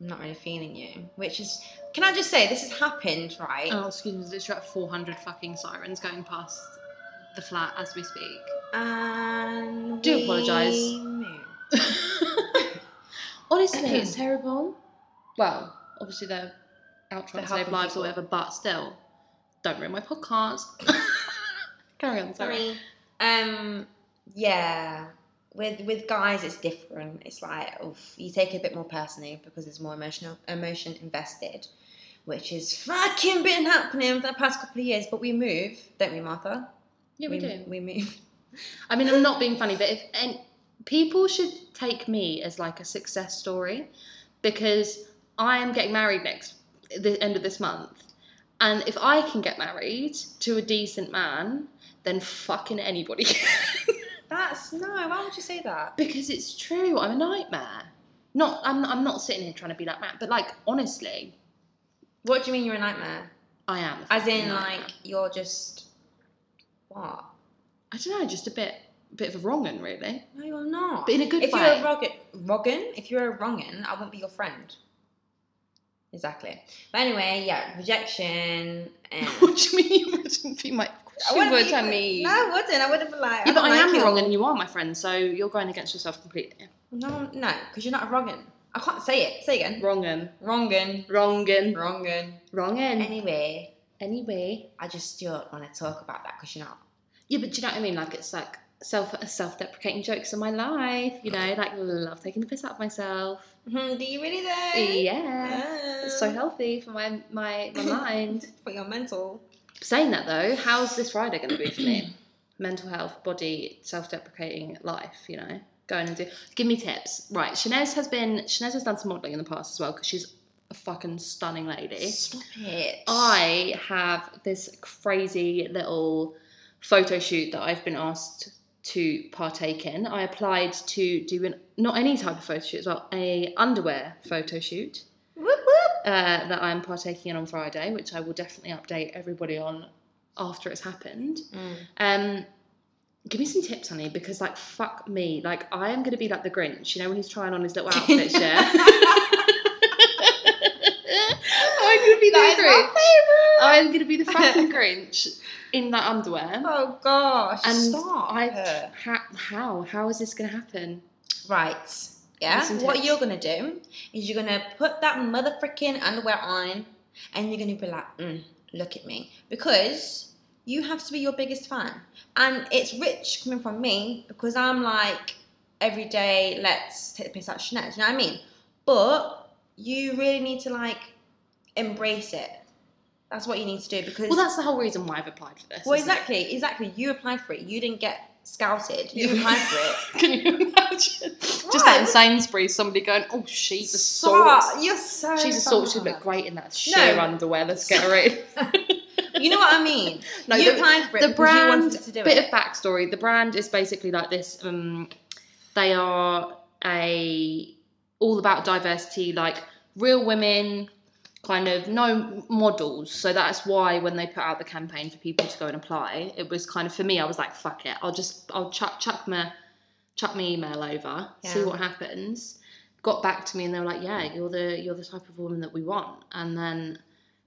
I'm not really feeling you, which is can I just say this has happened, right?
Oh, excuse me, there's about 400 fucking sirens going past the flat as we
[laughs]
speak.
And
Do
we
apologise.
moved. [clears throat]
Honestly, it's terrible. Well, obviously they're outro and
helping
save lives
people.
or whatever, but still, don't ruin my
[laughs]
podcast. Carry on, sorry.
Sorry. Um. Yeah. With with guys, it's different. It's like oof, you take it a bit more personally because there's more emotional emotion invested, which is [laughs] fucking been happening for the past couple of years. But we move, don't we, Martha?
Yeah, we, do.
We move.
I mean, I'm not being funny, but if and people should take me as like a success story because I am getting married next the end of this month, and if I can get married to a decent man, then fucking anybody [laughs] can.
[laughs] That's no. Why would you say that?
because it's true. I'm a nightmare. Not I'm I'm not sitting here trying to be like Matt, but like honestly,
What do you mean you're a nightmare?
I am. a
As
fucking
in,
nightmare.
like you're just what?
I don't know, just a bit bit of a wrong one really, [laughs]
No, you're not.
but in a good
if
way.
you're a Rogan, Rogan, if you're a Rogan, I won't be your friend. Exactly. But anyway, yeah, rejection.
[laughs]
And
what do you mean you wouldn't be my?
I
You
wouldn't
would,
be-
I mean.
No, I wouldn't. I wouldn't be like.
Yeah, but
don't
I
like
am
you.
wrong and you are my friend, so you're going against yourself completely.
No, no, because you're not a Rogan. I can't say it. Say again.
Wrongin.
Wrongan.
Wrongin.
Wrongan.
Wrongin.
Anyway,
Anyway.
I just don't want to talk about that because you're not.
Yeah, but do you know what I mean? Like, it's like self self deprecating jokes in my life, you know? Like, love taking the piss out of myself.
Hmm, do you really though?
Yeah. It's so
Yeah.
healthy for my, my, my
[laughs]
mind.
for your mental.
Saying that though, how's this Friday going to be for me? Mental health, body, self-deprecating life. You know, going and do. Give me tips. Right, Shanez has been. Shanez has done some modelling in the past as well because she's a fucking stunning lady.
Stop it.
I have this crazy little photo shoot that I've been asked to partake in. I applied to do an, not any type of photo shoot as well, a underwear photo shoot
Whoop whoop.
uh, that I'm partaking in on Friday, which I will definitely update everybody on after it's happened.
[laughs]
Um, give me some tips, honey, because like fuck me, like I am gonna be like the Grinch, you know, when he's trying on his little outfits,
[laughs]
yeah. [laughs] I'm gonna be the
That is my
Grinch.
favourite.
I'm gonna be the
[laughs]
fucking Grinch in that underwear.
Oh gosh!
And
stop.
I ha- how how is this gonna happen?
right. Yeah.
Listen to
What
it.
you're gonna do is you're gonna put that motherfucking underwear on, and you're gonna be like, mm, "Look at me," because you have to be your biggest fan, and it's rich coming from me because I'm like every day, let's take the piss out of Chanel. Do you know what I mean? But you really need to like embrace it. That's what you need to do because
Well, that's the whole reason why I've applied for this.
Well,
isn't it?
exactly, exactly. You applied for it. You didn't get scouted.
[laughs]
You applied for it.
Can you imagine? Just
Right.
that in Sainsbury's, somebody going, "Oh, she's a
Stop.
sort.
You're so.
She's a sort. She'd
bad.
look great in that sheer underwear. Let's get her
[laughs]
in."
You know what I mean?
[laughs] No,
you
the-
applied for it
the
because you
brand
wanted to do
bit
it.
of backstory the brand is basically like this um they are a all about diversity like real women kind of no models so that's why when they put out the campaign for people to go and apply it was kind of for me i was like fuck it i'll just i'll chuck chuck my chuck my email over see
Yeah.
what happens got back to me and they were like yeah you're the you're the type of woman that we want and then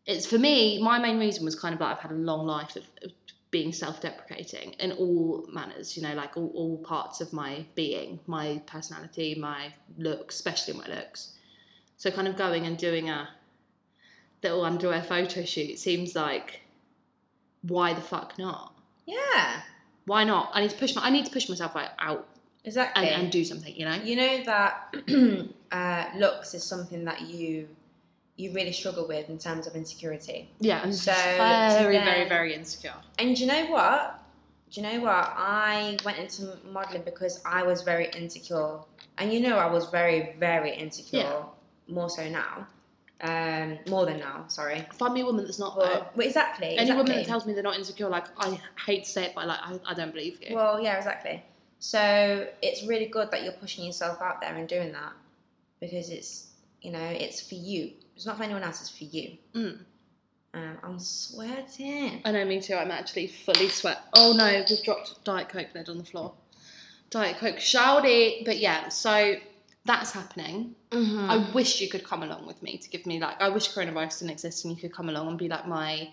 it's for me my main reason was kind of like i've had a long life of, of being self-deprecating in all manners you know like all, all parts of my being my personality my looks especially my looks so kind of going and doing a little underwear photo shoot seems like why the fuck not
yeah,
why not i need to push my i need to push myself like, out
exactly.
and, and do something you know
you know that [clears throat] uh, looks is something that you you really struggle with in terms of insecurity.
yeah i'm
So,
very
to
very
then-
very insecure
And do you know what? Do you know what? I went into modeling because I was very insecure, and you know I was very, very insecure.
Yeah.
More so now, um, more than now. Sorry.
find me a woman that's not
But
though.
well, exactly.
Any
exactly.
woman that tells me they're not insecure, like I hate to say it, but like I, I don't believe you.
Well, yeah, exactly. So it's really good that you're pushing yourself out there and doing that because it's you know it's for you. It's not for anyone else. It's for you.
Mm.
Um, I'm sweating.
I know, me too. I'm actually fully sweat. Oh no, we've dropped Diet Coke lid on the floor. Diet Coke, shouty. But yeah, so that's happening.
Mm.
I wish you could come along with me to give me like. I wish coronavirus didn't exist and you could come along and be like my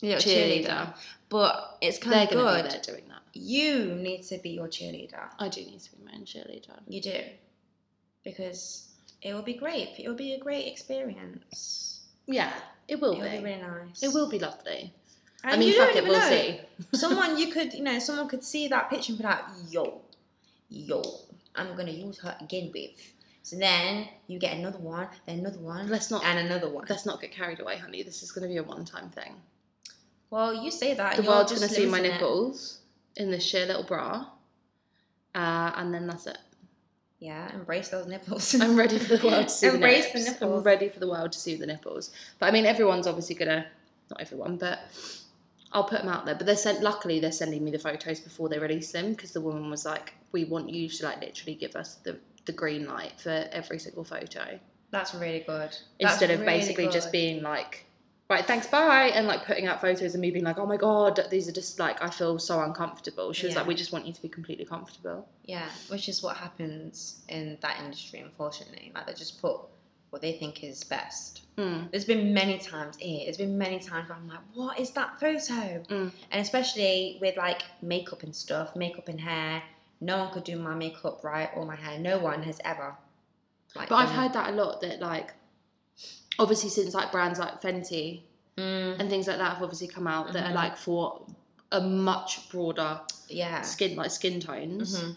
Little
cheerleader.
but it's
They're
kind of
gonna be
good.
there doing that.
You need to be your cheerleader.
I do need to be my own cheerleader.
You do because it will be great. It will be a great experience.
Yeah, it will
It would be
be.
really nice.
It will be lovely. I
And
mean,
you don't
fuck it,
even
we'll
know.
see.
someone you could, you know, someone could see that picture and be like, yo, yo, I'm gonna use her again with. So then you get another one, then another one,
Let's not.
and another one.
Let's not get carried away, honey. This is going to be a one-time thing.
Well, you say that.
The
you're
world's
just
going to see my
limiting it.
nipples in this sheer little bra, uh, and then that's it.
Yeah, embrace those nipples.
[laughs] I'm ready for the world to see
Embrace
the
the
nipples. I'm
nipples.
ready for the world to see the nipples. But I mean, everyone's obviously gonna, not everyone, but I'll put them out there. But they're sent. Luckily, they're sending me the photos before they release them because the woman was like, "We want you to like literally give us the the green light for every single photo
That's really good.
instead of
That's really
basically just
good.
being like." Right, thanks, bye, and like putting out photos and me being like, "Oh my god, these are just like I feel so uncomfortable." She was
Yeah.
like, "We just want you to be completely comfortable."
Yeah, which is what happens in that industry, unfortunately. Like they just put what they think is best.
Mm.
There's been many times here. There's been many times where I'm like, what is that photo?
Mm.
And especially with like makeup and stuff, makeup and hair. No one could do my makeup right or my hair. No one has ever. Like,
But I've
done-
heard that a lot that like obviously since like brands like Fenty
Mm,
and things like that have obviously come out that are
Mhm.
like for a much broader
yeah.
skin like skin tones.
Mhm.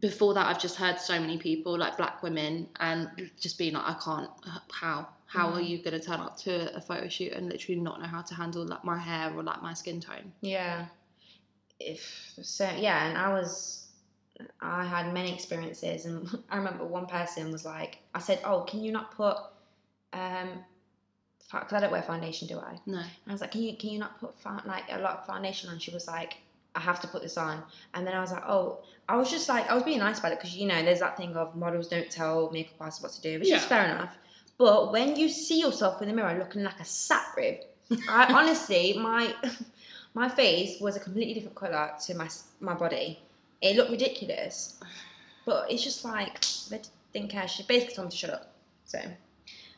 Before that I've just heard so many people like black women and just being like I can't how how are
Mhm.
you going to turn up to a photo shoot and literally not know how to handle like my hair or like my skin tone?
Yeah. If so, yeah, and I was, I had many experiences, and [laughs] I remember one person was like, I said, "Oh, can you not put, um, because I don't wear foundation, do I?" And
No.
I was like, "Can you can you not put fo- like a lot of foundation on?" She was like, "I have to put this on," and then I was like, "Oh." I was just like I was being nice about it because you know there's that thing of models don't tell makeup artists what to do, which is
Yeah.
fair enough. But when you see yourself in the mirror looking like a sat rib,
[laughs]
I honestly, my my face was a completely different color to my s- my body. It looked ridiculous, but it's just like they didn't care. She basically told me to shut up. So,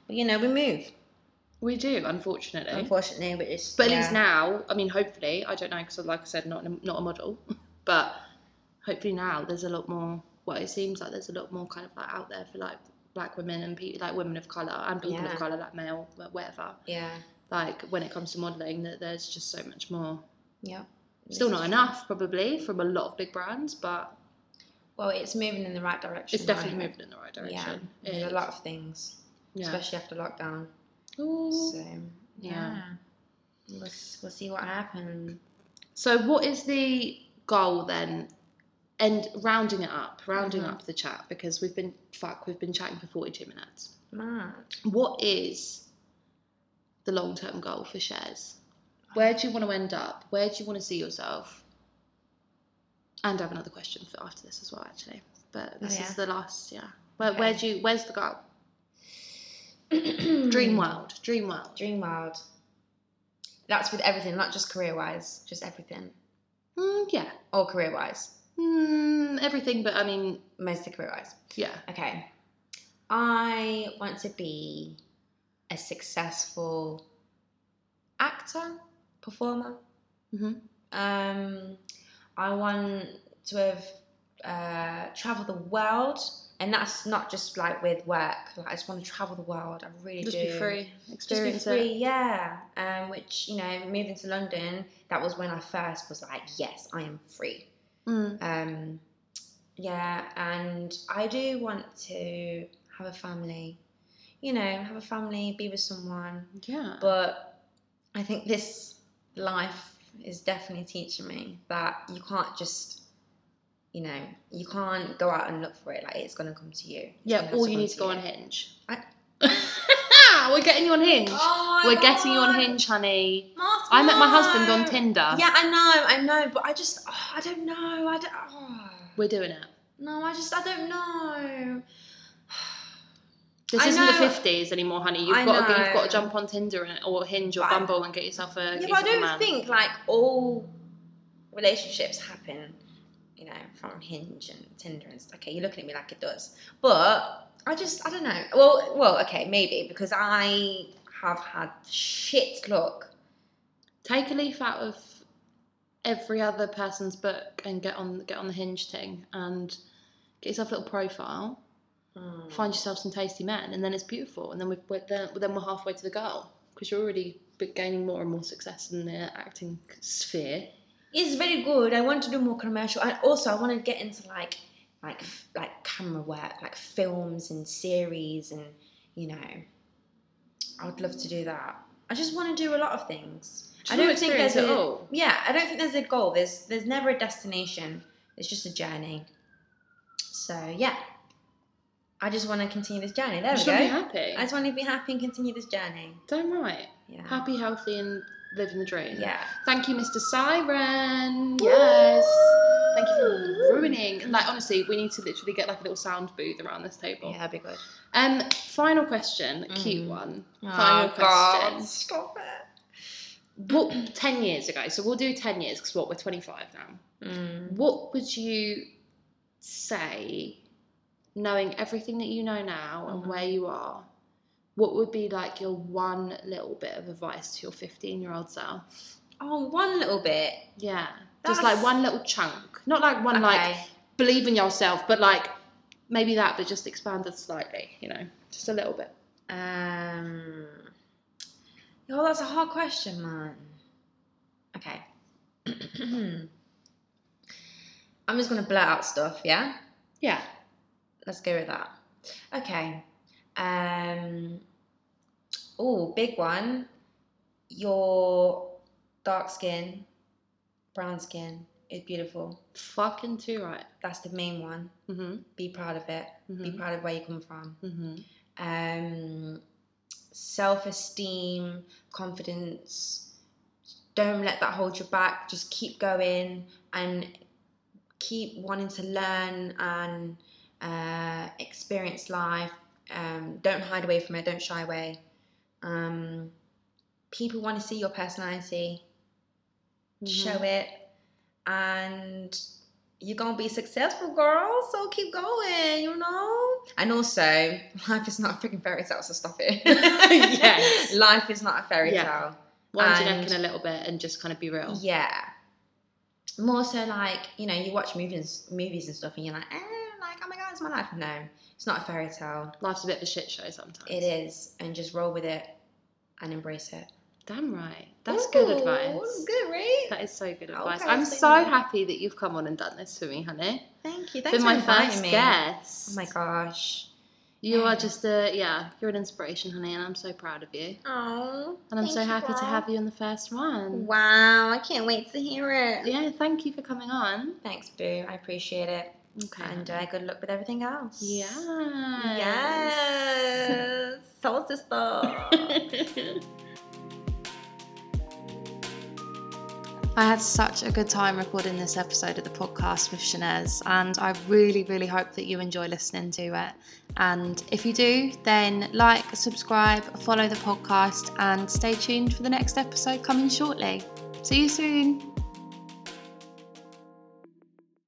but you know, we move
We do unfortunately.
unfortunately, but it's
Eh? But at
yeah.
least now, I mean, hopefully, I don't know because, like I said, not not a model, [laughs] but hopefully now there's a lot more. Well, it seems like there's a lot more kind of like out there for like black women and pe- like women of color and people
Yeah.
of color, like male, wh- whatever.
yeah,
Like when it comes to modeling, that there's just so much more.
yeah.
Still
This
not
is-
enough, probably from a lot of big brands, but
Well, it's moving in the right direction.
it's definitely
right?
moving in the right direction.
Yeah,
It
there's
is.
a lot of things,
Yeah.
especially after lockdown.
Ooh.
So yeah,
Yeah.
We'll, s- we'll see what happens.
So, what is the goal then? And rounding it up, rounding
Mhm.
up the chat because we've been fuck, we've been chatting for forty-two minutes.
Mad.
What is the long-term goal for shares? Where do you want to end up? Where do you want to see yourself? And I have another question for after this as well, actually. But this
Oh, yeah.
is the last, yeah. Where, where do you? Where's the goal? [clears throat]
Mm. [clears throat]
Dream world, dream world.
Dream world. That's with everything, not just career wise, just everything.
Mm, yeah,
Or career wise.
mm, everything. But I mean,
Mostly career wise.
yeah.
Okay. I want to be a successful actor, performer.
hmm
Um, I want to have uh, traveled the world. And that's not just like with work. Like, I just want to travel the world. I really
Just
do.
be free,
just be
experience
free,
it.
yeah. Um, which you know, moving to London, that was when I first was like, yes, I am free.
Mm.
Um, yeah, and I do want to have a family. You know, have a family, be with someone.
Yeah.
But I think this life is definitely teaching me that you can't just, you know, you can't go out and look for it. Like it's gonna come to you. It's
Yeah,
gonna have
or you
come
need to go on
you.
Hinge.
I-
[laughs] We're getting you on Hinge.
Oh my
We're getting you on
God.
Hinge, honey.
Mark,
I met my husband on
no.
Tinder.
Yeah, I know, I know, but I just, oh, I don't know. I don't. Oh.
We're doing it.
No, I just, I don't know.
This
I
isn't
know.
the fifties anymore, honey. You've
I
got to
know.
you've got to jump on Tinder and, or Hinge or
But I-
Bumble and get yourself a.
yeah,
get
but I
yourself a
don't
man.
think like all relationships happen, you know, from Hinge and Tinder and stuff. Okay, you're looking at me like it does, but I just, I don't know. Well, well, okay, maybe because I have had shit luck.
Take a leaf out of every other person's book and get on get on the Hinge thing and get yourself a little profile
Mm.
find yourself some tasty men, and then it's beautiful. And then we've, we're then, then we're halfway to the goal because you're already be- gaining more and more success in the acting sphere.
It's very good. I want to do more commercial, and also I want to get into like, like, f- like camera work, like films and series, and you know, I would love to do that. I just want to do a lot of things.
Which
I
is not
don't think there's
experience at
a
all.
yeah. I don't think there's a goal. There's there's never a destination. It's just a journey. So yeah, I just want to continue this journey. There
You
we
just
go.
want to be happy.
I just want to be happy and continue this journey.
Damn right.
Yeah.
Happy, healthy, and living the dream.
Yeah.
Thank you, Mr. Siren. Yes. Thank you for ruining. Like honestly, we need to literally get like a little sound booth around this table.
Yeah, that'd be good.
Um, final question, cute
Mm.
one.
Oh
Final
God!
question.
Stop it.
What ten years ago? So we'll do ten years because what we're twenty five now.
Mm.
What would you say, knowing everything that you know now and
Mhm.
where you are? What would be like your one little bit of advice to your fifteen year old self?
Oh, one little bit.
Yeah. Just
That's-
like one little chunk. Not like one like
Okay.
believe in yourself, but like maybe that but just expanded slightly, you know. Just a little bit.
Um. Oh, that's a hard question, man. Okay. [clears throat] I'm just gonna blurt out stuff. Yeah.
Yeah.
Let's go with that. Okay. Um. Oh, big one. Your dark skin, brown skin is beautiful.
Fucking too right.
That's the main one.
Mm-hmm.
Be proud of it. Be
Mm-hmm.
proud of where you come from.
Mm-hmm.
um, self esteem, confidence. Don't let that hold you back. Just keep going and keep wanting to learn and uh, experience life. Um, don't hide away from it, don't shy away. Um, people want to see your personality,
Mm-hmm.
show it, and you're gonna be successful, girl. So keep going, you know. And also, life is not a freaking fairy tale, so stop it. [laughs]
Yes. [laughs]
life is not a fairy
Yeah. Wind your neck in a little bit and just kind of be
tale.
real.
Yeah. More so, like you know, you watch movies, movies and stuff, and you're like, eh, like oh my god, it's my life. No, it's not a fairy tale.
Life's a bit of a shit show sometimes.
It is, and just roll with it and embrace it.
Damn right. That's good
Ooh,
advice.
Good, right?
That is so good advice.
Okay,
I'm
so-
so happy that you've come on and done this for me, honey.
Thank you.
It's
Thanks
Been
for
my
inviting
first
me.
guest.
Oh my gosh.
You
Yeah.
are just a yeah, you're an inspiration, honey, and I'm so proud of you.
Oh.
And I'm so happy to have you on the first one.
Wow, I can't wait to hear it.
Yeah, thank you for coming on.
Thanks, Boo. I appreciate it.
Okay.
And uh, good luck with everything else.
yeah.
Yes. Soul [laughs] sister.
[laughs] I had such a good time recording this episode of the podcast with Shanez, and I really, really hope that you enjoy listening to it. And if you do, then like, subscribe, follow the podcast, and stay tuned for the next episode coming shortly. See you soon.